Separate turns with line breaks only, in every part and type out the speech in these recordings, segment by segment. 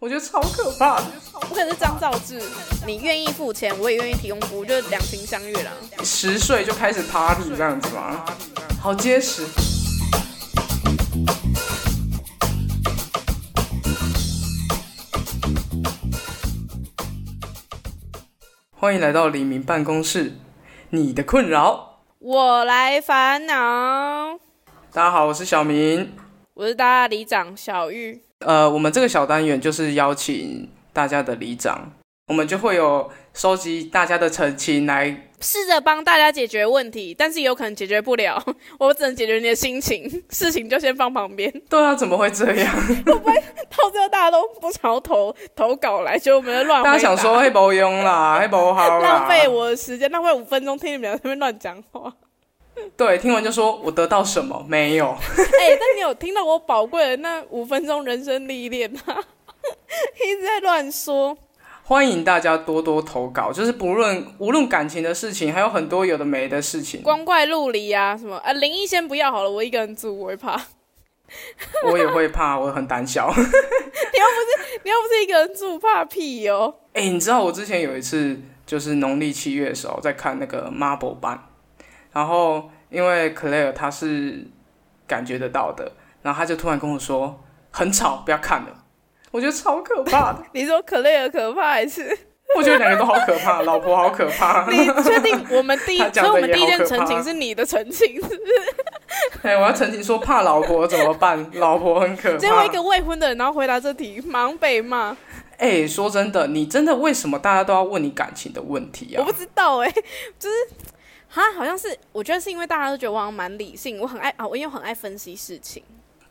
我觉得超可怕的。
不可能是张兆志，你愿意付钱，我也愿意提供服务，就是两情相悦啦。
十岁就开始 party 这样子吗？好结实。欢迎来到黎明办公室，你的困扰。
我来烦恼，
大家好，我是小明。
我是大家里长小玉，
呃，我们这个小单元就是邀请大家的里长，我们就会有收集大家的澄清来。
试着帮大家解决问题，但是有可能解决不了， 我只能解决你的心情，事情就先放旁边。
对啊，怎么会这样？
到最后大家都不想要投投稿来，就我们在乱回答
大家想 说嘿不用啦，嘿不好啦，
浪费我的时间，浪费五分钟听你们俩在那边乱讲话。
对，听完就说我得到什么没有？
哎、但你有听到我宝贵的那五分钟人生历练吗？ 一直在乱说。
欢迎大家多多投稿，就是不论无论感情的事情，还有很多有的没的事情，
光怪陆离啊，什么啊，灵异先不要好了，我一个人住，我会怕。
我也会怕，我很胆小。
你又不是一个人住，怕屁哦哟、
哎、你知道我之前有一次就是农历七月的时候在看那个 Marble 版，然后因为 Claire 她是感觉得到的，然后她就突然跟我说很吵，不要看了。我觉得超可怕的，
你说可累而可怕还 是？
我觉得两个都好可怕，老婆好可怕。
你确定我们第一，
他
所
讲
以
得
我们第一
也好
件
可怕
澄清是你的澄 清，是不是
哎、我要澄清说怕老婆怎么 办？老婆很可怕。
结果一个未婚的人，然后回答这题，马上 被骂。
哎、说真的，你真的为什么大家都要问你感情的问题
我
啊
不？知道哎、就是哈，好像是我觉得是因为大家都觉得我好像蛮理性，我很爱啊，我因为我很爱分析事情。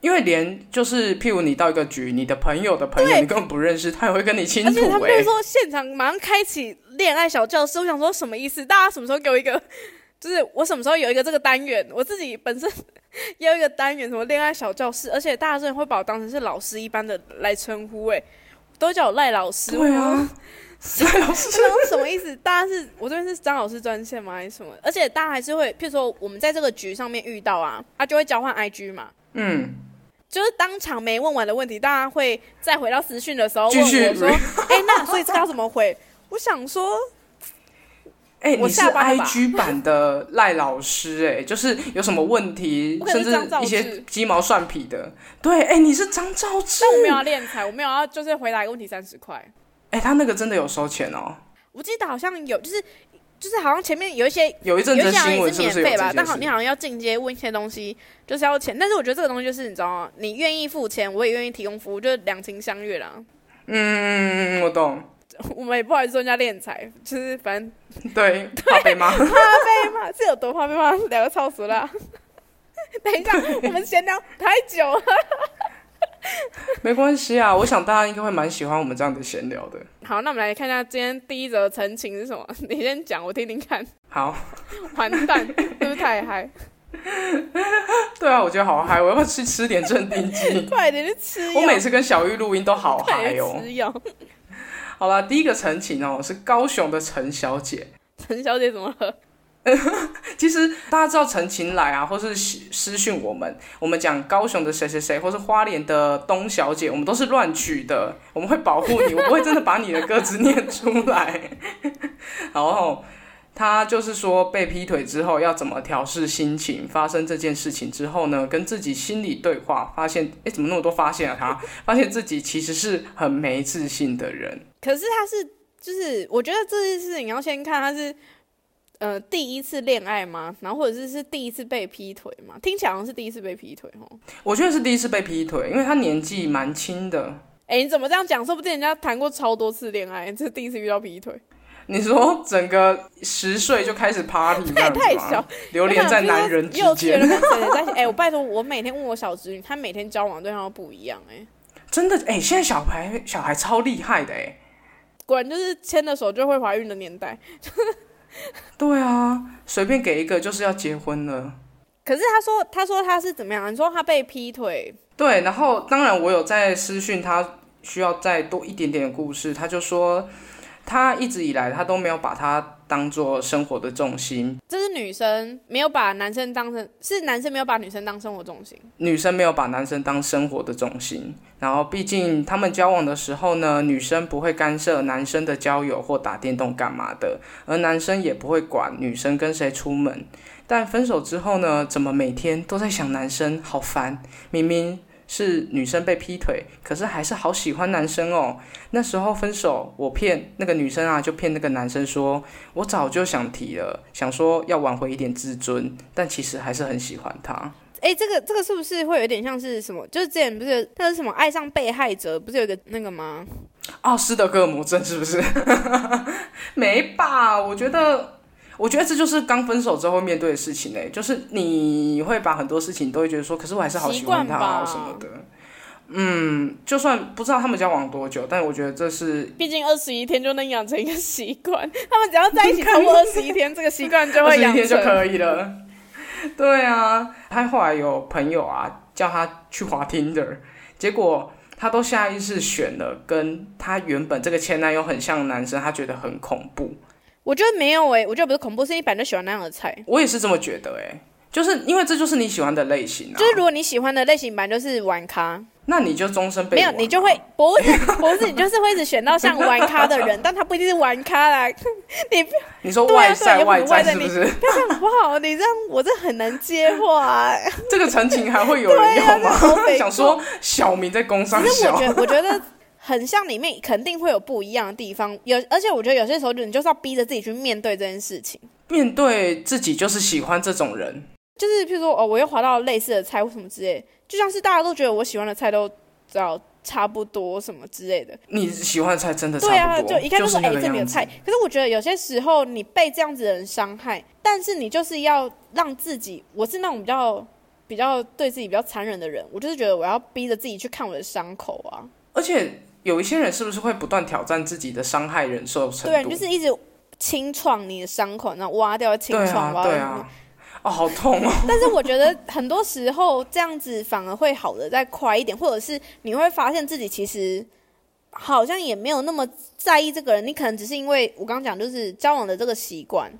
因为连就是，譬如你到一个局，你的朋友的朋友，
对
你根本不认识，他也会跟你倾
而
吐、
且他们
哎
就说现场马上开启恋爱小教室，我想说什么意思？大家什么时候给我一个？ 就是我什么时候有一个这个单元？我自己本身 也有一个单元，什么恋爱小教室，而且大家真的会把我当成是老师一般的来称呼、哎，都叫我赖老师。
对
我想
啊
说，
赖老师，
然后什么意思？大家是我这边是张老师专线吗？还是什么？而且大家还是会，譬如说我们在这个局上面遇到啊，他、就会交换 IG 嘛。
嗯，
就是当场没问完的问题，大家会再回到私讯的时候问
继续
我说：“ 哎、那所以这个要怎么回？”我想说，
哎、你
我
是
下班了吧
IG 版的赖老师、哎，就是有什么问题
我，可
甚
能是张
至
兆
一
志
些鸡毛蒜皮的，对，哎、你是张兆志
但，我没有要啊练财，我没有要就是回答一个问题三十块。
哎、他那个真的有收钱哦，
我记得好像有，就是就是好像前面有一些
有一阵
有
子的
一些好
新
像也
闻
是
是不是有
免费
这
吧，
件
但好
事
你？好像要进阶问一些东西就是要钱，但是我觉得这个东西就是你知道吗？你愿意付钱，我也愿意提供服务，就是两情相悦啦。
嗯，我懂，
我们也不好意思说人家练财，就是反正哎
对，怕被骂。
被骂是有多怕被骂， 聊个超熟啦。等一下，我们闲聊太久了。
没关系啊，我想大家应该会蛮喜欢我们这样的闲聊的。
好，那我们来看一下今天第一则陈情是什么？你先讲，我听听看。
好，
完 蛋，是不是太嗨？？
对啊，我觉得好嗨，我要不要去吃点镇定剂
快点去吃药！
我每次跟小玉录音都好
快
嗨
点
哦。
吃药。
好啦，第一个陈情哦，是高雄的陈小姐。
陈小姐怎么了？
其实大家知道陈情来啊，或是私私讯我们，我们讲高雄的谁谁谁，或是花莲的东小姐，我们都是乱取的，我们会保护你，我不会真的把你的歌词念出来。 然后她就是说被劈腿之后要怎么调试心情，发生这件事情之后呢，跟自己心理对话，发现诶，怎么那么多发现啊？她发现自己其实是很没自信的人。
可是她是，就是我觉得这件事情你要先看她是，呃，第一次恋爱吗？然后或者是是第一次被劈腿吗？听起来好像是第一次被劈腿哦。
我觉得是第一次被劈腿，因为她年纪蛮轻的。
哎、你怎么这样讲？说不定人家谈过超多次恋爱，这是第一次遇到劈腿。
你说整个十岁就开始 party，这样子吗
太小，哎
流连在男人之
幼稚园
间，
跟谁谁在 一起？哎、我拜托，我每天问我小侄女，她每天交往对象都不一样、哎，
真的哎、现在小孩小孩超厉害的哎、
果然就是牵了手就会怀孕的年代。
对啊，随便给一个就是要结婚了。
可是她说，她说她是怎么样？你说她被劈腿，
对，然后当然我有在私讯他，需要再多一点点的故事，他就说她一直以来她都没有把它当做生活的重心，
这是女生没有把男生当成，是男生没有把女生当生活重心。
女生没有把男生当生活的重心。然后，毕竟他们交往的时候呢，女生不会干涉男生的交友或打电动干嘛的，而男生也不会管女生跟谁出门。但分手之后呢，怎么每天都在想男生，好烦！明明是女生被劈腿，可是还是好喜欢男生哦。那时候分手，我骗那个女生啊，就骗那个男生说，我早就想提了，想说要挽回一点自尊，但其实还是很喜欢他。
哎、这个这个是不是会有点像是什么？就是之前不是有那是什么爱上被害者，不是有一个那个吗？
哦，斯德哥尔摩症是不是？ 没吧？我觉得，我觉得这就是刚分手之后会面对的事情呢、欸就是你会把很多事情都会觉得说，可是我还是好喜欢他啊
习
什
惯吧
么的。嗯，就算不知道他们交往多久，但我觉得这是，
毕竟二十一天就能养成一个习惯，他们只要在一 起超过二十一天，这个习惯就
二
会
十一
养
天就
成。
可以了。对啊，他后来有朋友啊叫他去滑 Tinder，结果他都下意识选了跟他原本这个前男友很像的男生，他觉得很恐怖。
我觉得没有哎、我觉得不是恐怖，是你本来就喜欢那样的菜。
我也是这么觉得、欸，就是因为这就是你喜欢的类型啊，
就是如果你喜欢的类型本来就是玩咖，
那你就终身被
没有
玩
你就会不是不是你就是会一直选到像玩咖的人，但他不一定是玩咖啦。
你说
对啊
外在、
对啊有可能
在
外在
是不是？
不要这样好不好？你这样我这很难接 话、欸
这个陈情还会有人
啊
要吗？ 想说小明在工商
可是我
小
觉，得，我觉得很像里面肯定会有不一样的地方。有，而且我觉得有些时候，你就是要逼着自己去面对这件事情。
面对自己就是喜欢这种人，
就是譬如说，哦，我又滑到类似的菜或什么之类，就像是大家都觉得我喜欢的菜都知道差不多什么之类的。
你喜欢的菜真的差
对啊，
不多，
就一看
就是
说，哎、
那个
这里的
样子。
菜。可是我觉得有些时候你被这样子的人伤害，但是你就是要让自己，我是那种比较比较对自己比较残忍的人，我就是觉得我要逼着自己去看我的伤口啊。
而且有一些人是不是会不断挑战自己的伤害忍受程度？
对，你就是一直清创你的伤口，然后挖掉清
对
创，
啊，
挖掉
对
清创。
啊，哦，好痛哦！
但是我觉得很多时候这样子反而会好的再快一点，或者是你会发现自己其实好像也没有那么在意这个人，你可能只是因为我刚刚讲就是交往的这个习惯，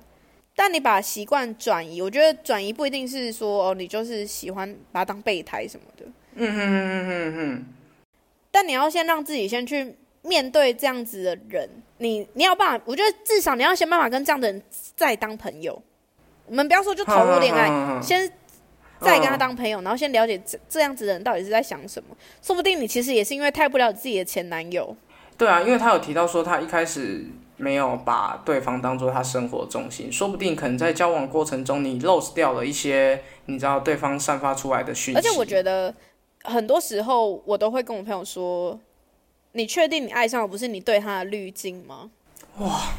但你把习惯转移，我觉得转移不一定是说哦你就是喜欢把它当备胎什么的，
嗯哼哼哼哼
但你要先让自己先去面对这样子的人，你你要有办法，我觉得至少你要先办法跟这样的人再当朋友。我们不要说就
哼，
投入恋爱，
爱
先再跟他
嗯
当朋友，然后先了解这这样子的人到底是在想什么。说不定你其实也是因为太不了解自己的前男友，
对啊，因为他有提到说他一开始没有把对方当做他生活重心，说不定可能在交往过程中你 lose 掉了一些你知道对方散发出来的讯息。
而且我觉得很多时候我都会跟我朋友说：“你确定你爱上的不是你对他的滤镜吗？”哇，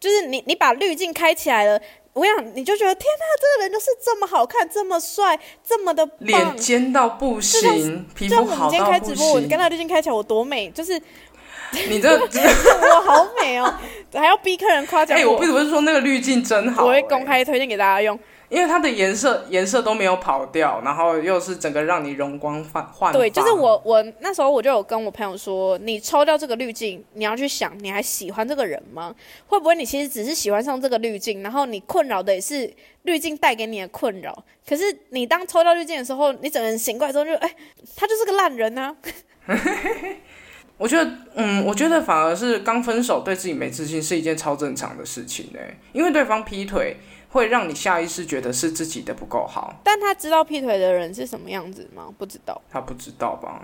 就是你你把滤镜开起来了。我想你就觉得天哪，这个人就是这么好看，这么帅，这么的棒
脸，尖到不行，皮
就像
肤
我们
好
今天
到
开直
不
播，我
行
跟，他滤镜开起来，我多美，就是
你这
我好美哦，还要逼客人夸奖
哎、
我
我不得不说那个滤镜真好、
我会
哎
公，开推荐给大家用。
因为它的颜色颜色都没有跑掉，然后又是整个让你容光焕焕发。
对，就是我我那时候我就有跟我朋友说，你抽掉这个滤镜，你要去想，你还喜欢这个人吗？会不会你其实只是喜欢上这个滤镜，然后你困扰的也是滤镜带给你的困扰？可是你当抽掉滤镜的时候，你整个人醒过来之后就，哎、他就是个烂人啊！
我觉得，嗯，我觉得反而是刚分手对自己没自信是一件超正常的事情呢、因为对方劈腿会让你下意识觉得是自己的不够好，
但他知道劈腿的人是什么样子吗？不知道。
他不知道吧？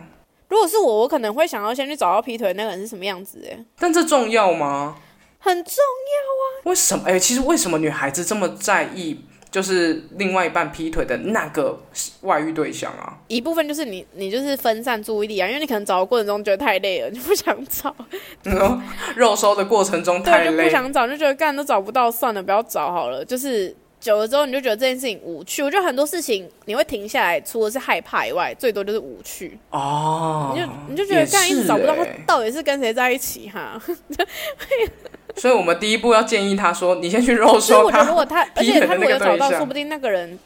如果是我，我可能会想要先去找到劈腿那个人是什么样子、哎，
但这重要吗？
很重。
为什么？哎、其实为什么女孩子这么在意就是另外一半劈腿的那个外遇对象啊？
一部分就是你，你就是分散注意力啊，因为你可能找的过程中觉得太累了，你就不想找。
你说嗯肉收的过程中太
对，就不
累，
想找，就觉得干都找不到，算了，不要找好了。就是久了之后，你就觉得这件事情无趣。我觉得很多事情你会停下来，除了是害怕以外，最多就是无趣。
哦，
你就你就觉得干一
也
直
是
找不到他
欸
到底是跟谁在一起哈。
所以我们第一步要建议他说，你先去肉
所以
收
我觉得如
他。
果 他，而
劈腿
且
的
他如果
那
有
个
找到，
对象
说不定那个人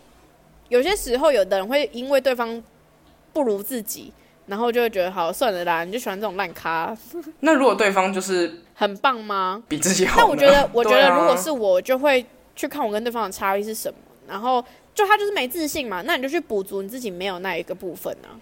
有些时候有的人会因为对方不如自己，然后就会觉得好算了啦，你就喜欢这种烂咖，
那如果对方就是
很棒吗？
比自己好呢，
但我觉 得，我觉
对
得
啊
如果是我，就会去看我跟对方的差异是什么，然后就他就是没自信嘛，那你就去补足你自己没有那一个部分啊。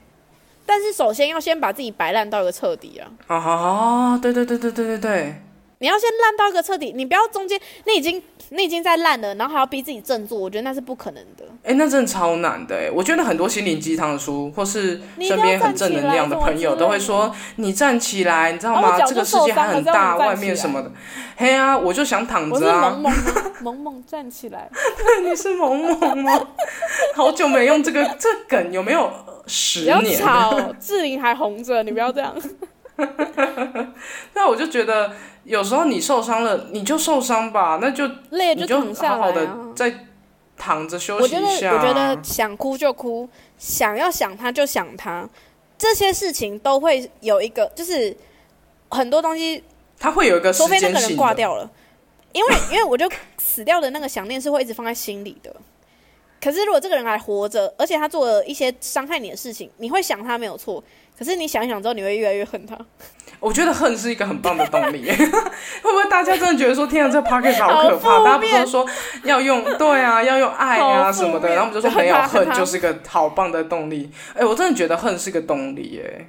但是首先要先把自己摆烂到一个彻底啊！
啊，对对对对对对对，
你要先烂到一个彻底，你不要中间你已经你已经在烂了，然后还要逼自己振作，我觉得那是不可能的。
哎、那真的超难的哎！我觉得很多心灵鸡汤的书，或是
你一定
身
要
边很正能量的朋友，都会说：“你站起来，你知道
啊
吗？
我脚
这个
就
世
受
界
伤
还
了
很
这样
大，
我站
外
起
面什
来
么的。”嘿啊，我就想躺
我是
着啊
萌！萌吗萌萌站起来，
你是萌萌吗？ 好久没用这个这梗，有没有呃十
不要
年？
吵，志玲还红着，你不要 这样。
那我就觉得，有时候你受伤了，你就受伤吧，那就
累
你
就
就
躺下
好好
来啊
的！再躺着休
我
息
觉得，
一下啊。
我觉得想哭就哭，想要想他就想他，这些事情都会有一个，就是很多东西，
他会有一个时
除非那
呃间
个
性
人
的
挂掉了，因为 因为我就死掉的那个想念是会一直放在心里的。可是如果这个人还活着，而且他做了一些伤害你的事情，你会想他没有错，可是你想一想之后，你会越来越恨他。
我觉得恨是一个很棒的动力， 会不会大家真的觉得说，天啊，这 p o c a s t
好
好可怕？
负面
大家不是都说要用对啊，要用爱啊
好
什么
负
的，
面
然后我们就说没有
很怕很
恨
怕
就是个好棒的动力。哎、我真的觉得恨是个动力，哎，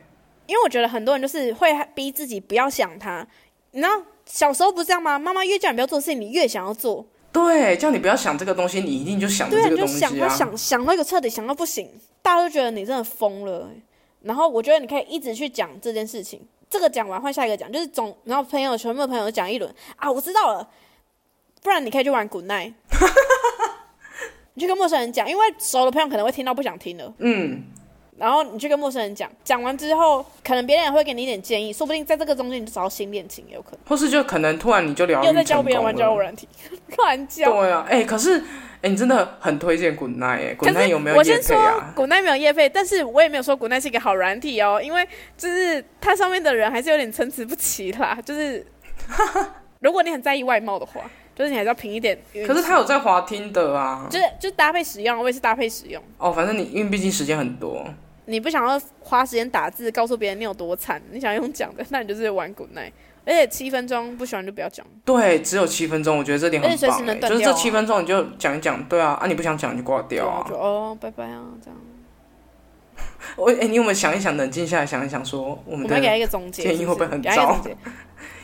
因为我觉得很多人就是会逼自己不要想他，你知道小时候不是这样吗？妈妈越叫你不要做的事情，你越想要做。
对，叫你不要想这个东西，你一定就想着
对啊，
这
你
个
就
东西
想他
啊。
想想到一个彻底想到不行，大家都觉得你真的疯了欸、然后我觉得你可以一直去讲这件事情，这个讲完换下一个讲，就是总然后朋友全部的朋友讲一轮啊，我知道了，不然你可以去玩 Good Night，你去跟陌生人讲，因为熟的朋友可能会听到不想听了。
嗯，
然后你去跟陌生人讲，讲完之后，可能别人也会给你一点建议，说不定在这个中间你就找到新恋情，也有可能。
或是就可能突然你就疗
又
愈
在
成
教别人
功
玩交友
了。
软体， 乱教。
对啊，哎、可是哎、你真的很推荐 Good Night，哎，Good
可
Night
是
有没有
我
夜
先
配
说
啊？
古奈没有叶配，但是我也没有说古奈是一个好软体哦，因为就是它上面的人还是有点参差不齐啦。就是 如果你很在意外貌的话，就是你还是要凭一点运气。
可是他有在滑听的啊，
就是就是搭配使用，我也是搭配使用。
哦，反正你因为毕竟时间很多，
你不想要花时间打字告诉别人你有多惨，你想用讲的，那你就是玩古奈。而且七分钟不喜欢就不要讲，
对，只有七分钟，我觉得这点很
而且随
棒、
时
欸。
能断
就是
掉
这
啊
七分钟你就讲一讲，对啊，啊你不想讲你就挂掉啊
就。哦拜拜啊这样。
我哎、你有没有想一想，冷静下来想一想说我
我
们
们要给他
的
一个总
嗯
结，
建议
是
会
不
不
是
会很
给他一个
糟
总结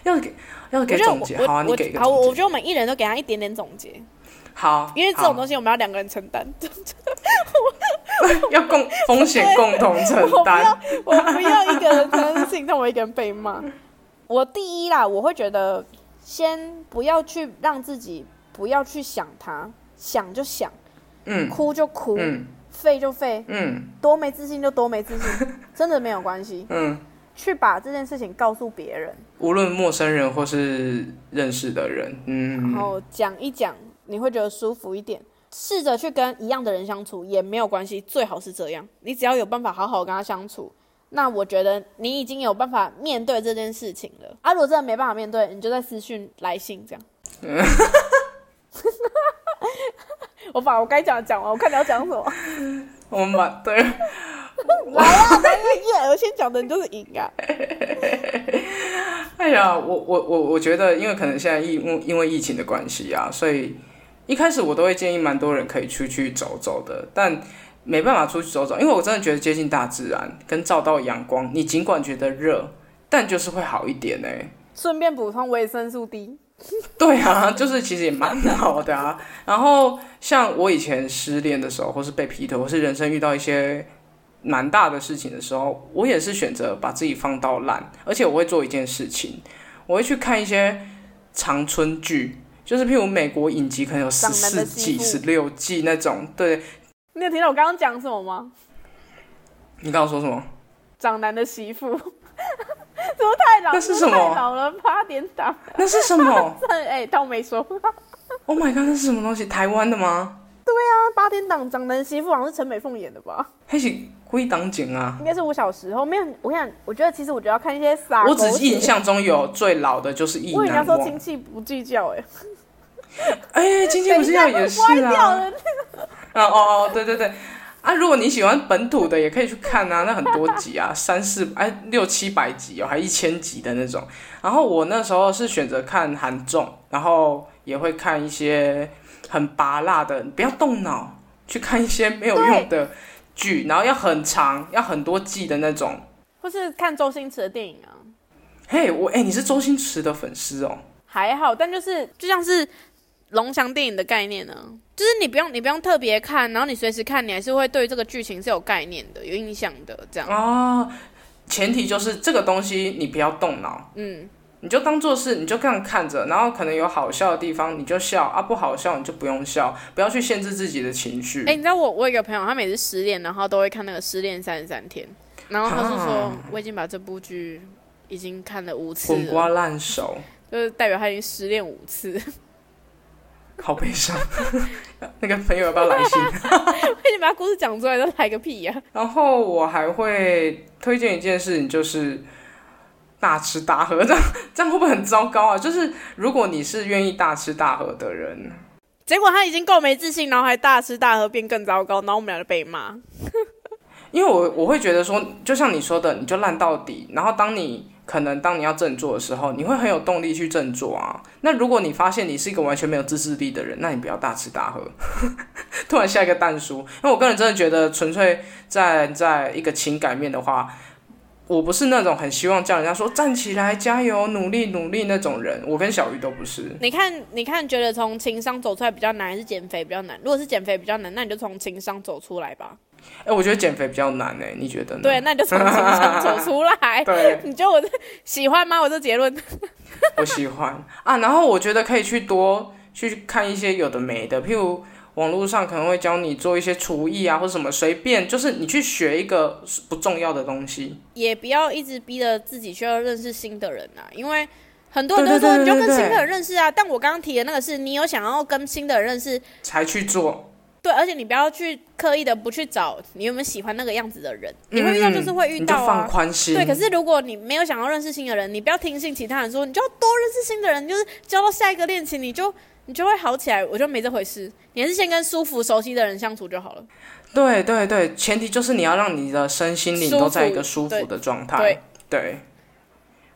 要给要给总
我
结
觉，得
好、
我
啊，
我
你给一个
好，我
总
我
结，
觉得我们一人都给他一点点总结，
好，
因为这种
好
东西我们要两个人承担。
要 共风险共同承
我不
担
要，我不要一个人承担这事情，但我一个人被骂。我第一啦，我会觉得先不要去让自己不要去想他，想就想，
嗯
哭就哭，
嗯
废就废，
嗯
多没自信就多没自信，真的没有关系。
嗯，
去把这件事情告诉别人，
无论陌生人或是认识的人，嗯，
然后讲一讲，你会觉得舒服一点。试着去跟一样的人相处也没有关系，最好是这样。你只要有办法好好跟他相处，那我觉得你已经有办法面对这件事情了。啊，如果真的没办法面对，你就在私讯来信这样。我把我该讲的讲完，我看你要讲什么。
我们把对，
来啊，来啊，耶！我先讲的你就是赢啊。
哎呀，我我我我觉得，因为可能现在疫因为因为疫情的关系啊，所以一开始我都会建议蛮多人可以出去走走的，但没办法出去走走，因为我真的觉得接近大自然跟照到阳光，你尽管觉得热，但就是会好一点哎、
顺便补充维生素 D。
对啊，就是其实也蛮好的啊。然后像我以前失恋的时候，或是被劈腿，或是人生遇到一些蛮大的事情的时候，我也是选择把自己放到烂，而且我会做一件事情，我会去看一些长春剧。就是譬如美国影集可能有十
长男
四
的
季、
媳 妇
十六季那种，对
你有听到我刚刚讲什么吗？
你刚刚说什么？
长男的媳妇， 怎么太老？
那是什么
太老了，八点档。
那是什么
但哎、当我没说。
？Oh my god，那是什么东西？台湾的吗？
那八点档长男媳妇好像是陈美凤演的吧？
还是归档景啊？
应该是我小时候没有。我跟你讲，我觉得其实我觉得要看一些傻狗
我
血。
只印象中有最老的就是《意
我以为你要
难
说
忘》。
亲戚不计较、哎，
哎，经济不是要也是
歪掉
啊，
了。
啊哦哦，对对对，啊，如果你喜欢本土的，也可以去看啊，那很多集啊，三四哎六七百集哦，还一千集的那种。然后我那时候是选择看韩综，然后也会看一些很拔辣的，不要动脑去看一些没有用的剧，然后要很长，要很多季的那种。
或是看周星驰的电影啊，
嘿，我哎、你是周星驰的粉丝哦。
还好，但就是就像是龙翔电影的概念呢、啊就是你不用你不用特别看，然后你随时看，你还是会对这个剧情是有概念的、有印象的这样。
哦，前提就是这个东西你不要动脑，嗯，你就当做是你就这样看着，然后可能有好笑的地方你就笑啊，不好笑你就不用笑，不要去限制自己的情绪。
哎、你知道我我有一个朋友，他每次失恋，然后都会看那个《失恋三十三天》，然后他就说、我已经把这部剧已经看了五次
啊滚瓜
了，
烂熟，
就是代表他已经失恋五次。
好悲伤。 那个朋友要不要来信？
我已经把故事讲出来，都来个屁呀、
然后我还会推荐一件事情，就是大吃大喝，这样这样会不会很糟糕啊？就是如果你是愿意大吃大喝的人，
结果他已经够没自信，然后还大吃大喝，变更糟糕，然后我们俩就被骂。
因为我我会觉得说，就像你说的，你就烂到底。然后当你可能当你要振作的时候，你会很有动力去振作啊。那如果你发现你是一个完全没有自制力的人，那你不要大吃大喝， 突然下一个蛋叔。因为我个人真的觉得，纯粹在在一个情感面的话，我不是那种很希望叫人家说站起来、加油、努力、努力那种人。我跟小鱼都不是。
你看，你看，觉得从情商走出来比较难，还是减肥比较难？如果是减肥比较难，那你就从情商走出来吧。
哎、我觉得减肥比较难哎、你觉得呢？。
对，那你就从情商走出来
对，
你觉得我这喜欢吗？我这结论，
我喜欢啊。然后我觉得可以去多去看一些有的没的，譬如网络上可能会教你做一些厨艺啊，或什么，随便就是你去学一个不重要的东西。
也不要一直逼着自己需要认识新的人啊，因为很多人都
对对
说你就
对
跟
对
新的
对
人认识啊。但我刚刚提的那个是你有想要跟新的人认识，
才去做，
对，而且你不要去刻意的不去找你有没有喜欢那个样子的人，你
嗯
会遇到就是会遇到
你就放
啊。
宽心。
对，可是如果你没有想要认识新的人，你不要听信其他人说，你就要多认识新的人，就是交到下一个恋情，你就你就会好起来。我觉得没这回事，你还是先跟舒服熟悉的人相处就好了。
对对对，前提就是你要让你的身心灵
舒服
都在一个舒服
对
的状态。
对
对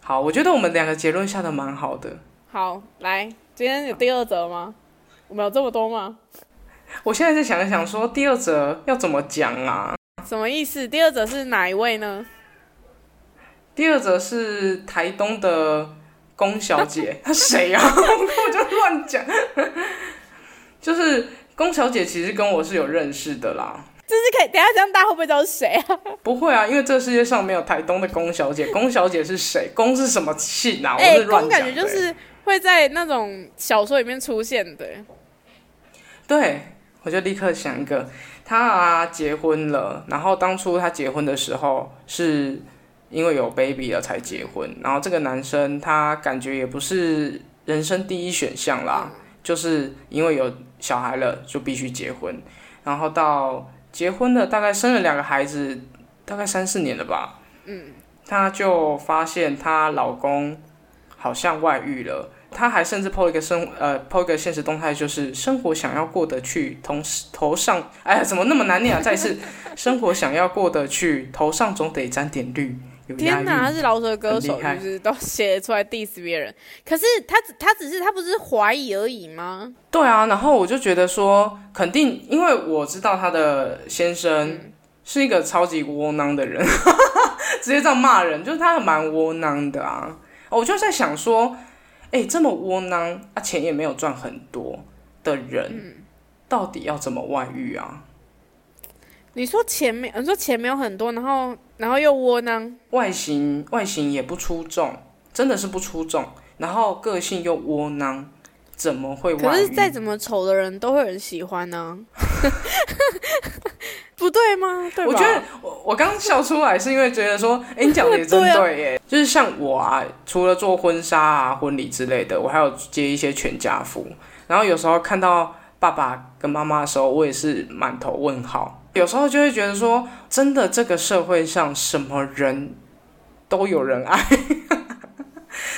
好，我觉得我们两个结论下的蛮好的。
好，来，今天有第二则吗？我们有这么多吗？
我现在在想一想说第二则要怎么讲啊？
什么意思？第二则是哪一位呢？
第二则是台东的龚小 姐，她谁呀、啊？我就乱讲，就是龚小姐其实跟我是有认识的啦。
这是可以，等一下这样大家会不会知道是谁啊？
不会啊，因为这世界上没有台东的龚小姐。龚小姐是谁？龚是什么姓啊？我
哎、
是乱
公
讲的、
感觉就是会在那种小说里面出现的、
对，我就立刻想一个，她啊结婚了，然后当初她结婚的时候是因为有 baby 了才结婚，然后这个男生他感觉也不是人生第一选项啦，就是因为有小孩了就必须结婚，然后到结婚了大概生了两个孩子，大概三四年了吧，嗯，她就发现她老公好像外遇了。她还甚至 PO 一个生呃 PO 一个现实动态，就是生活想要过得去，同时头上哎呀怎么那么难念啊？再一次，生活想要过得去，头上总得沾点绿。有押
天
韵
哪，他是饶舌歌手，
很厉害
是不是都写出来 diss 别人？可是他只他只是他不是怀疑而已吗？
对啊，然后我就觉得说，肯定，因为我知道她的先生
嗯
是一个超级窝囊的人， 直接这样骂人，就是他蛮窝囊的啊。我就在想说，哎、这么窝囊啊，钱也没有赚很多的人，
嗯
到底要怎么外遇啊？
你说钱没，你说钱没有很多，然后然后又窝囊，
外形外形也不出众，真的是不出众，然后个性又窝囊，怎么会
可
外
是
遇？
再怎么丑的人都会有人喜欢 呢、不对吗？对吧？
我觉得我我刚刚笑出来是因为觉得说，哎、你讲的也 真
对啊
对耶，就是像我啊，除了做婚纱啊、婚礼之类的，我还有接一些全家福，然后有时候看到爸爸跟妈妈的时候，我也是满头问号，有时候就会觉得说，真的这个社会上什么人都有人 爱。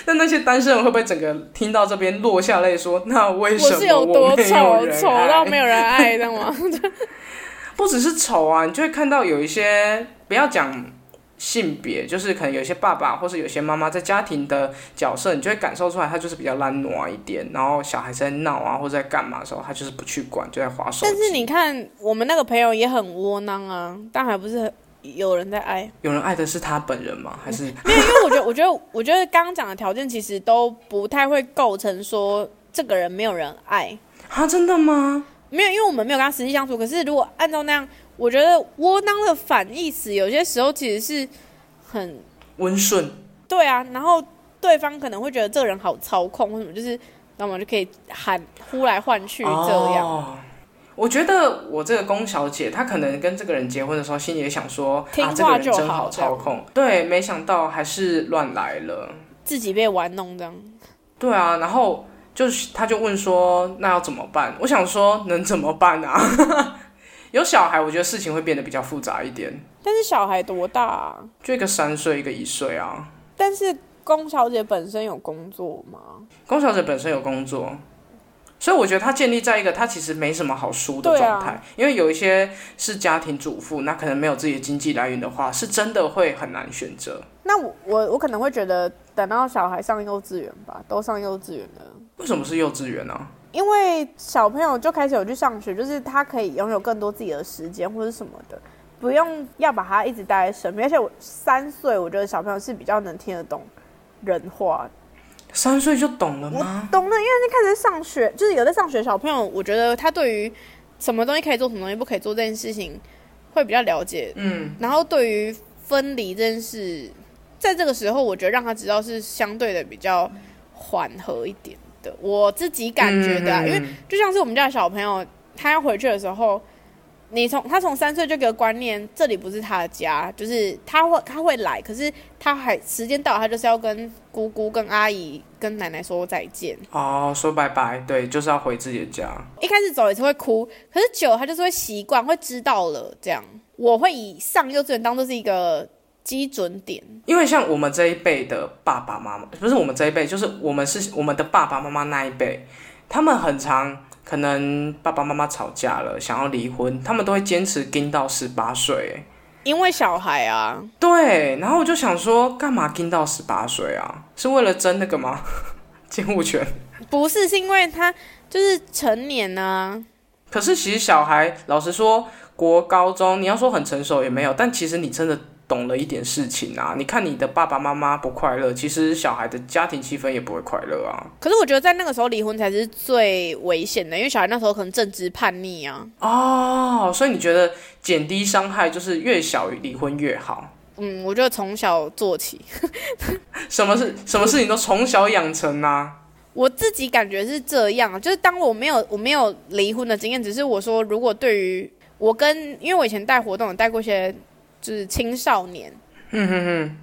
那那些单身人会不会整个听到这边落下泪说，那为什
我
么
是有多
没有
丑，
人
丑
爱
到没有人爱，知道吗？
不只是丑啊，你就会看到有一些不要讲性别，就是可能有一些爸爸或是有些妈妈在家庭的角色，你就会感受出来他就是比较懒惰一点，然后小孩在闹啊或者在干嘛的时候，他就是不去管，就在划手机。
但是你看，我们那个朋友也很窝囊啊，但还不是很有人在爱。
有人爱的是他本人吗？还是
没有，因为我觉得，我觉得，我觉得刚刚讲的条件其实都不太会构成说这个人没有人爱。
啊？真的吗？
没有，因为我们没有跟他实际相处。可是如果按照那样，我觉得窝囊的反义词有些时候其实是很
温顺
对啊，然后对方可能会觉得这个人好操控，或什么，就是那么就可以喊呼来唤去这样。
哦我觉得我这个龚小姐，她可能跟这个人结婚的时候，心里也想说
听
啊，这个
话
人
就
真
好
好
这样
操控。对，没想到还是乱来了。
自己被玩弄这样。
对啊，然后就是他就问说，那要怎么办？我想说能怎么办啊？ 有小孩，我觉得事情会变得比较复杂一点，
但是小孩多大、啊？
就一个三岁，一个一岁啊。
但是龚小姐本身有工作吗？
龚小姐本身有工作，所以我觉得她建立在一个她其实没什么好输的
对啊
状态，因为有一些是家庭主妇，那可能没有自己的经济来源的话，是真的会很难选择。
那我我我可能会觉得，等到小孩上幼稚园吧，都上幼稚园了。
为什么是幼稚园呢、啊？
因为小朋友就开始有去上学，就是他可以拥有更多自己的时间或者什么的，不用要把他一直待在身边。而且我三岁，我觉得小朋友是比较能听得懂人话的
三岁就懂了
我
吗？
懂了，因为他开始上学，就是有在上学的小朋友，我觉得他对于什么东西可以做，什么东西不可以做这件事情会比较了解。
嗯，
然后对于分离这件事，在这个时候，我觉得让他知道是相对的比较缓和一点的。我自己感觉的啊、因为
嗯
就像是我们家的小朋友，他要回去的时候，你从他从三岁就给我观念，这里不是他的家，就是他会他会来，可是他还时间到了，他就是要跟姑姑、跟阿姨、跟奶奶说再见。
哦，说拜拜，对，就是要回自己的家。
一开始走也是会哭，可是久了他就是会习惯，会知道了这样。我会以上幼稚园当做是一个基准点，
因为像我们这一辈的爸爸妈妈，不是我们这一辈，就是我们是我们的爸爸妈妈那一辈，他们很常可能爸爸妈妈吵架了，想要离婚，他们都会坚持盯到十八岁。
因为小孩啊，
对，然后我就想说，干嘛盯到十八岁啊？是为了争那个吗？ 监护权？
不是是因为他就是成年啊，
可是其实小孩，老实说，国高中你要说很成熟也没有，但其实你真的懂了一点事情啊。你看你的爸爸妈妈不快乐，其实小孩的家庭气氛也不会快乐啊。
可是我觉得在那个时候离婚才是最危险的，因为小孩那时候可能正值叛逆啊。
哦，所以你觉得减低伤害就是越小离婚越好？
嗯，我觉得从小做起，
什么事什么事情都从小养成啊？
我自己感觉是这样，啊就是当我没有我没有离婚的经验，只是我说如果对于我跟，因为我以前带活动有带过一些就是青少年，嗯嗯嗯，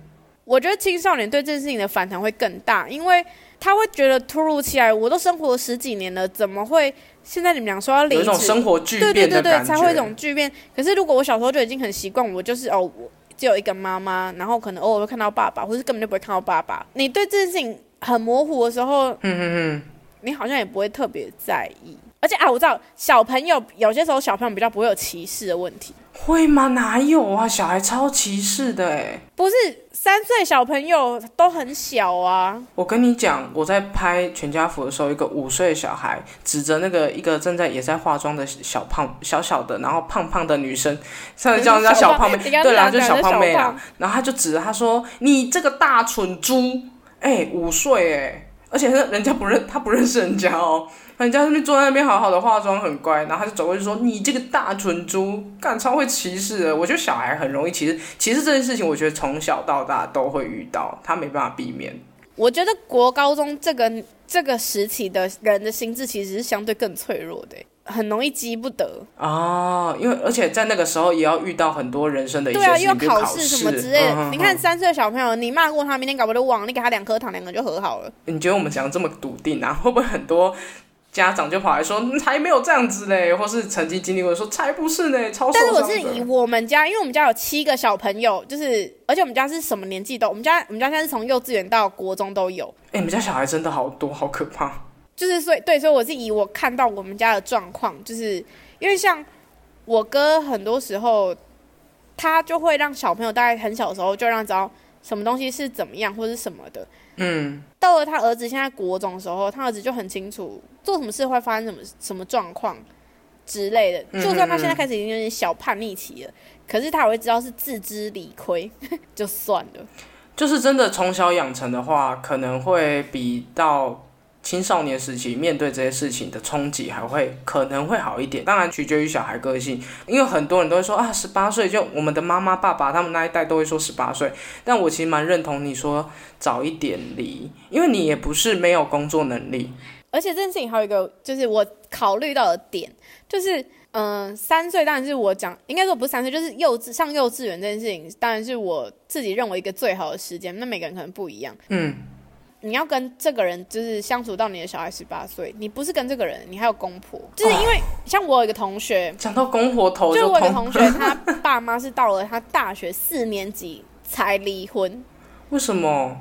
我觉得青少年对这件事情的反弹会更大，因为他会觉得突如其来，我都生活了十几年了，怎么会现在你们俩说要离
有一种
职？
生活巨
对对
变
对
的
对，
感觉，
才会有一种巨变。可是如果我小时候就已经很习惯，我就是哦，我只有一个妈妈，然后可能偶尔会看到爸爸，或是根本就不会看到爸爸。你对这件事情很模糊的时候，嗯嗯嗯，你好像也不会特别在意。而且啊，我知道小朋友有些时候小朋友比较不会有歧视的问题，
会吗？哪有啊？小孩超歧视的哎、
不是三岁小朋友都很小啊，
我跟你讲，我在拍《全家福》的时候，一个五岁的小孩指着那个一个正在也在化妆的小胖小小的，然后胖胖的女生，上次叫人家小胖妹，
你刚刚
对啦，
讲
就
的
小胖妹
小
啦
胖。
然后他就指着他说：“你这个大蠢猪！”哎、五岁哎、而且是人家不认他不认识人家哦，人家那边坐在那边好好的化妆很乖，然后他就走过去说：“你这个大蠢猪，干超会歧视的。”我觉得小孩很容易歧视，歧视这件事情，我觉得从小到大都会遇到，他没办法避免。
我觉得国高中这个这个时期的人的心智其实是相对更脆弱的欸、很容易激不得。
哦，因为而且在那个时候也要遇到很多人生的一些
对啊，
事
又要
情，比如
考
试
试什么之类的。
嗯
你看，三岁的小朋友，你骂过他，明天搞不好就忘了，你给他两颗糖，两个就和好了。
你觉得我们讲得这么笃定啊？会不会很多家长就跑来说嗯才没有这样子嘞，或是曾经经历过说才不是嘞，超受
但是我
伤
是以
的。
我们家，因为我们家有七个小朋友，就是而且我们家是什么年纪都，我们家我们家现在是从幼稚园到国中都有，
哎、你们家小孩真的好多，好可怕。
就是所以对，所以我是以我看到我们家的状况，就是因为像。我哥很多时候他就会让小朋友大概很小的时候就让知道什么东西是怎么样或是什么的。
嗯，
到了他儿子现在国中的时候，他儿子就很清楚做什么事会发生什么什么状况之类的。
嗯
就算他现在开始已经有点小叛逆期了，可是他也会知道是自知理亏， 就算了。
就是真的从小养成的话，可能会比到青少年时期面对这些事情的冲击还会可能会好一点。当然取决于小孩个性，因为很多人都会说啊，十八岁就我们的妈妈、爸爸他们那一代都会说十八岁，但我其实蛮认同你说早一点离，因为你也不是没有工作能力。
而且这件事情还有一个，就是我考虑到的点，就是嗯，三、岁当然是我讲，应该说不是三岁，就是幼稚上幼稚园这件事情，当然是我自己认为一个最好的时间。那每个人可能不一样，
嗯，
你要跟这个人就是相处到你的小孩十八岁，你不是跟这个人，你还有公婆，就是因为像我有一个同学，
讲到公婆头
就是
就
哦我有一个
痛，
同 学，他爸妈是到了他大学四年级才离婚，
为什么？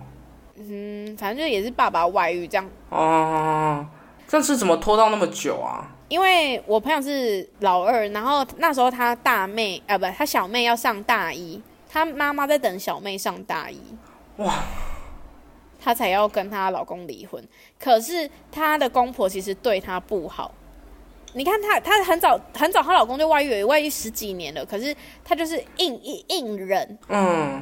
嗯，反正就也是爸爸外遇这样。
哦，这次怎么拖到那么久啊？
因为我朋友是老二，然后那时候他大妹啊，不，他小妹要上大一，他妈妈在等小妹上大一，
哇，
她才要跟她老公离婚。可是她的公婆其实对她不好。你看她，她很早很早，她老公就外遇，外遇十几年了，可是她就是硬硬硬忍，
嗯，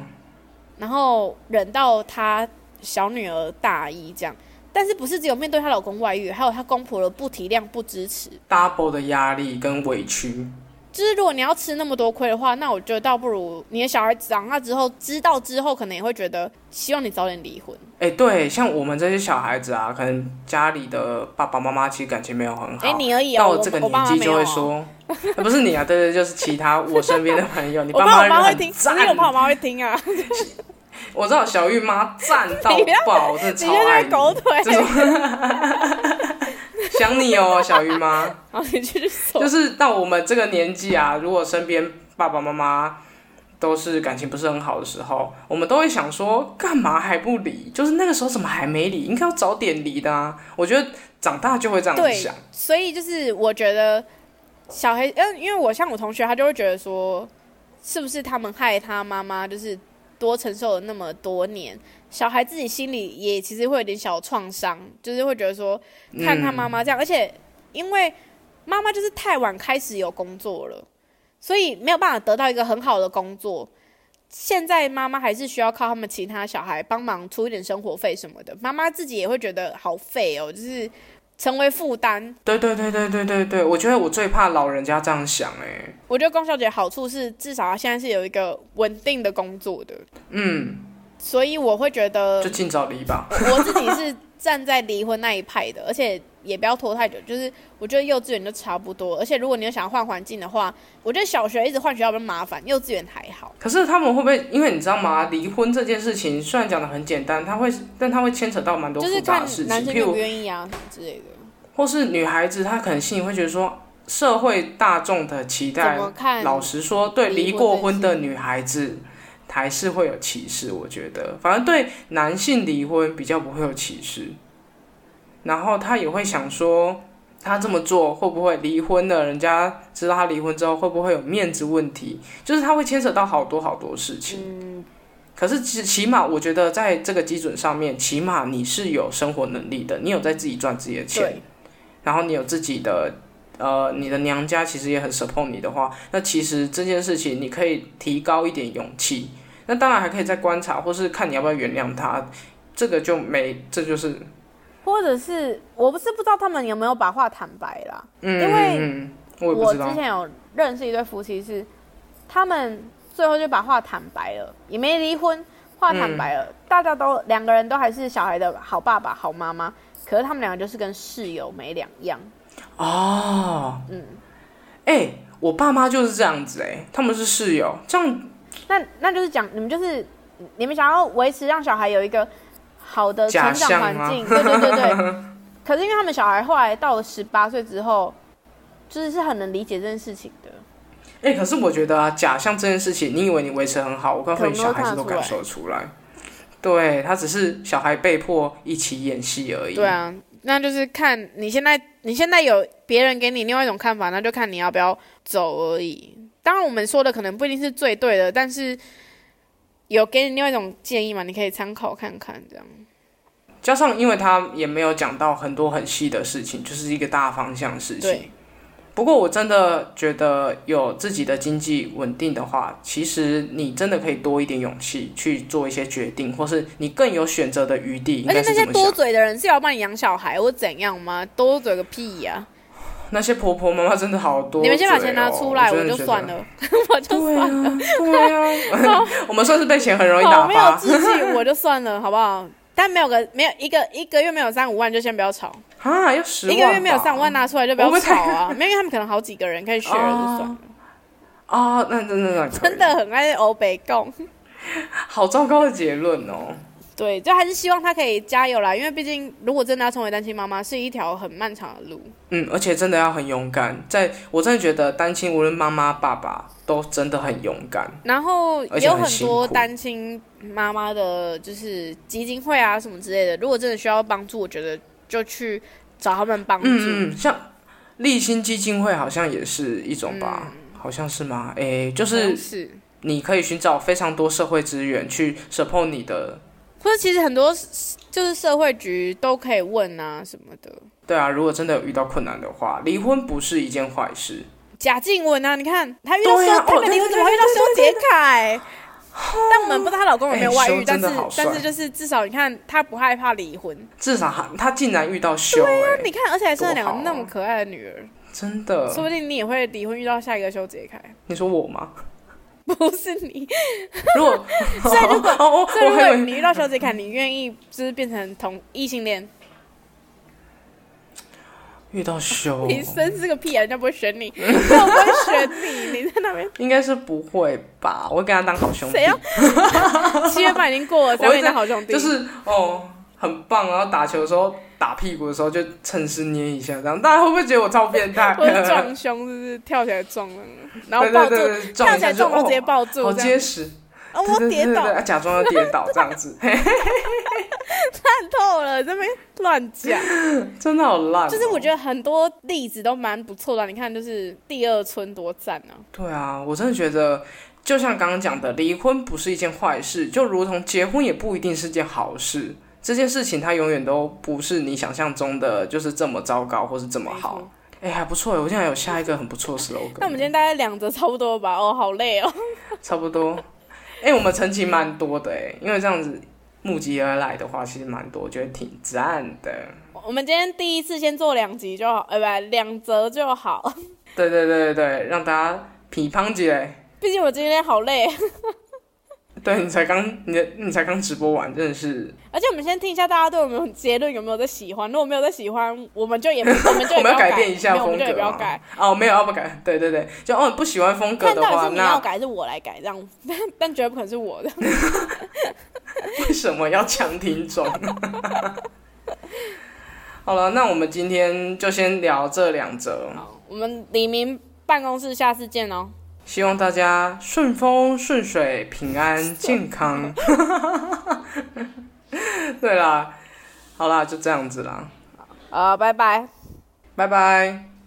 然后忍到她小女儿大一这样。但是不是只有面对她老公外遇，还有她公婆的不体谅、不支持。
double 的压力跟委屈，
就是如果你要吃那么多亏的话，那我觉得倒不如你的小孩长大之后知道之后，可能也会觉得希望你早点离婚。
哎、对，像我们这些小孩子啊，可能家里的爸爸妈妈其实感情没有很好，
哎、你而已
到
哦，
了
我
这个
我爸
年
妈
纪
没有
就会
哦。
说， 呃不是你啊，对对，就是其他我身边的朋友，你
我
爸
怕我妈
妈
会
很
听，
赞
因，为我怕我妈会听啊，
我知道小玉妈赞到
你不要
爆，真的
你
超爱
那
你
是，狗腿。
这种想你哦，小玉妈。
好，你继续说。
就是到我们这个年纪啊，如果身边爸爸妈妈都是感情不是很好的时候，我们都会想说，干嘛还不离？就是那个时候怎么还没离？应该要早点离的啊！我觉得长大就会这样子
对
想，
所以就是我觉得小孩，嗯，因为我像我同学，他就会觉得说，是不是他们害他妈妈就是多承受了那么多年，小孩自己心里也其实会有点小创伤，就是会觉得说，看他
嗯
妈妈这样，而且因为妈妈就是太晚开始有工作了，所以没有办法得到一个很好的工作。现在妈妈还是需要靠他们其他小孩帮忙出一点生活费什么的，妈妈自己也会觉得好废哦，就是成为负担。
嗯对对对对对对对，我觉得我最怕老人家这样想、哎，
我觉得龚小姐好处是，至少她现在是有一个稳定的工作的，
嗯，
所以我会觉得
就尽早离吧。
我自己是站在离婚那一派的，而且也不要拖太久。就是我觉得幼稚园就差不多，而且如果你有想换环境的话，我觉得小学一直换学校比较麻烦，幼稚园还好。
可是他们会不会，因为你知道吗？离婚这件事情虽然讲的很简单，它会，但它会牵扯到蛮多
就
复
是
杂
看
的事情，
男生
譬
愿
如
不愿意啊什么之类的，
或是女孩子，她可能心里会觉得说，社会大众的期
怎
待
么看？
老实说，对
离
离
婚
过
这
婚
件
的
事
女孩子还是会有歧视，我觉得，反正对男性离婚比较不会有歧视。然后他也会想说，他这么做会不会离婚了？人家知道他离婚之后会不会有面子问题？就是他会牵扯到好多好多事情。
嗯
可是起起码，我觉得在这个基准上面，起码你是有生活能力的，你有在自己赚自己的钱，
对，
然后你有自己的，呃，你的娘家其实也很 support 你的话，那其实这件事情你可以提高一点勇气。那当然还可以再观察，或是看你要不要原谅他，这个就没，这就是，
或者是我不是不知道他们有没有把话坦白啦，
嗯，
因为
嗯我
我
也不知道
之，前有认识一对夫妻是，他们最后就把话坦白了，也没离婚，话坦白
嗯
了，大家都两个人都还是小孩的好爸爸、好妈妈，可是他们两个就是跟室友没两样。
哦，
嗯，
哎、我爸妈就是这样子、哎，他们是嗯室友，这样
那那就是讲你们就是你们想要维持让小孩有一个好的成
假
长
象
环
吗
境，对对对对。 可是因为他们小孩后来到了十八岁之后，就是是很能理解这件事情的。
哎、可是我觉得啊，假象这件事情，你以为你维持很好，我告诉你，
可能都
小孩子都
看得出来
感受得出来。对他只是小孩被迫一起演戏而已。
啊对，啊，那就是看你现在你现在有别人给你另外一种看法，那就看你要不要走而已。当然，我们说的可能不一定是最对的，但是有给你另外一种建议嘛，你可以参考看看这样。
加上因为他也没有讲到很多很细的事情，就是一个大方向的事情。
对，
不过我真的觉得有自己的经济稳定的话，其实你真的可以多一点勇气去做一些决定，或是你更有选择的余地。应
而
该
且那
是
些
这么
多
想。
嘴的人是要帮你养小孩或怎样吗？多嘴个屁呀、
那些婆婆妈妈真的好多、哦
你们先把钱拿出来，
我
我
真的
就
觉得
算。了，我就
对
算
啊
了，，
对啊，我们算是被钱很容易
好
打
哦没有
发
志气， 我就算了，好不好？但没有个没有一个一个月没有三五万就先不要吵，
啊，要十
一
万
个月没有
吧
三五万拿出来就不要
我哦们
吵
才
啊，没有，因为他们可能好几个人可以 share 就算了。
啊，那那那那
真的很爱欧北共，
好糟糕的结论哦。
对，就还是希望他可以加油啦，因为毕竟如果真的要成为单亲妈妈，是一条很漫长的路。
嗯，而且真的要很勇敢，在我真的觉得单亲无论妈妈爸爸都真的很勇敢。
然后
而
也
且
有
很
很
辛
多
苦
单亲妈妈的，就是基金会啊什么之类的，如果真的需要帮助，我觉得就去找他们帮助。
嗯嗯，像立新基金会好像也是一种吧，
嗯
好像是吗？诶、就
好像
是
是
你可以寻找非常多社会资源去 support 你的。
或者其实很多就是社会局都可以问啊什么的。
对啊，如果真的有遇到困难的话，离婚不是一件坏事。
贾静雯啊，你看她遇到
对
修，
啊
她
哦
们离婚
对对
怎么会遇到修杰楷？但我们不知道她老公有没有外
哎
遇
修，
但
真
是
的好帅
但是就是至少你看她不害怕离婚。
至少他他竟然遇到秀、欸，
你看，而且还生了两
多
个
好啊
那么可爱的女儿，
真的。
说不定你也会离婚遇到下一个修杰楷，
你说我吗？
不是你。
如果
所以如果
哦哦，
所以
我
如
还
果
以为
你遇到修杰楷，你愿意就是变成同异性恋？
遇到修，
你真是个屁啊！人家不会选 你，人家不会选你，你在那边。
应该是不会吧？我会跟他当好兄弟
谁，要？ 七月半已经过了，三
我
月
会
的
在
好兄弟。
就是哦，很棒。然后打球的时候，打屁股的时候就趁势捏一下，这样大家会不会觉得我超变态？
或者撞胸，就是跳起来撞那个，然后
对
抱
对
住，
对对，
跳
撞一
起
下
来
就
撞，然后直接
哦，
抱住，
好
这样
结实，
啊，
对
我
对
跌
对对
倒，
对，假装要跌倒这样子，嘿
看透了，这边乱讲。
真的好烂哦。
就是我觉得很多例子都蛮不错的，啊你看，就是第二春多赞啊！
对啊，我真的觉得，就像刚刚讲的，离婚不是一件坏事，就如同结婚也不一定是件好事。这件事情它永远都不是你想象中的就是这么糟糕或是这么
没
好
错。
哎、还不错耶，我现在有下一个很不错的 slogan。
那我们今天大概两则差不多吧？哦，好累哦。
差不多。 哎、我们成绩蛮多的哎，因为这样子募集而来的话，其实蛮多，觉得挺赞的。
我们今天第一次先做两集就好，呃，不，两则就好。
对对对对对，让大家批判起来。
毕竟我今天好累，
对你才刚你的你才刚直播完，真的是
而且我们先听一下大家对我们结论有没有在喜欢，如果没有在喜欢，我们就也我们就
我
也不
们
要
要改变一下
没有我
风
们就也不
格
要
啊
改。
哦，没有要不改，对对对，就哦不喜欢风格
看
的
到底
话
是，你要
那
改还是我来改这样， 但但绝对不可能是我的。
为什么要强听众？ 好了，那我们今天就先聊这两则，
好，我们李明办公室下次见哦。
希望大家顺风顺水、平安健康。对啦，好啦，就这样子啦，
呃，拜拜。
拜拜。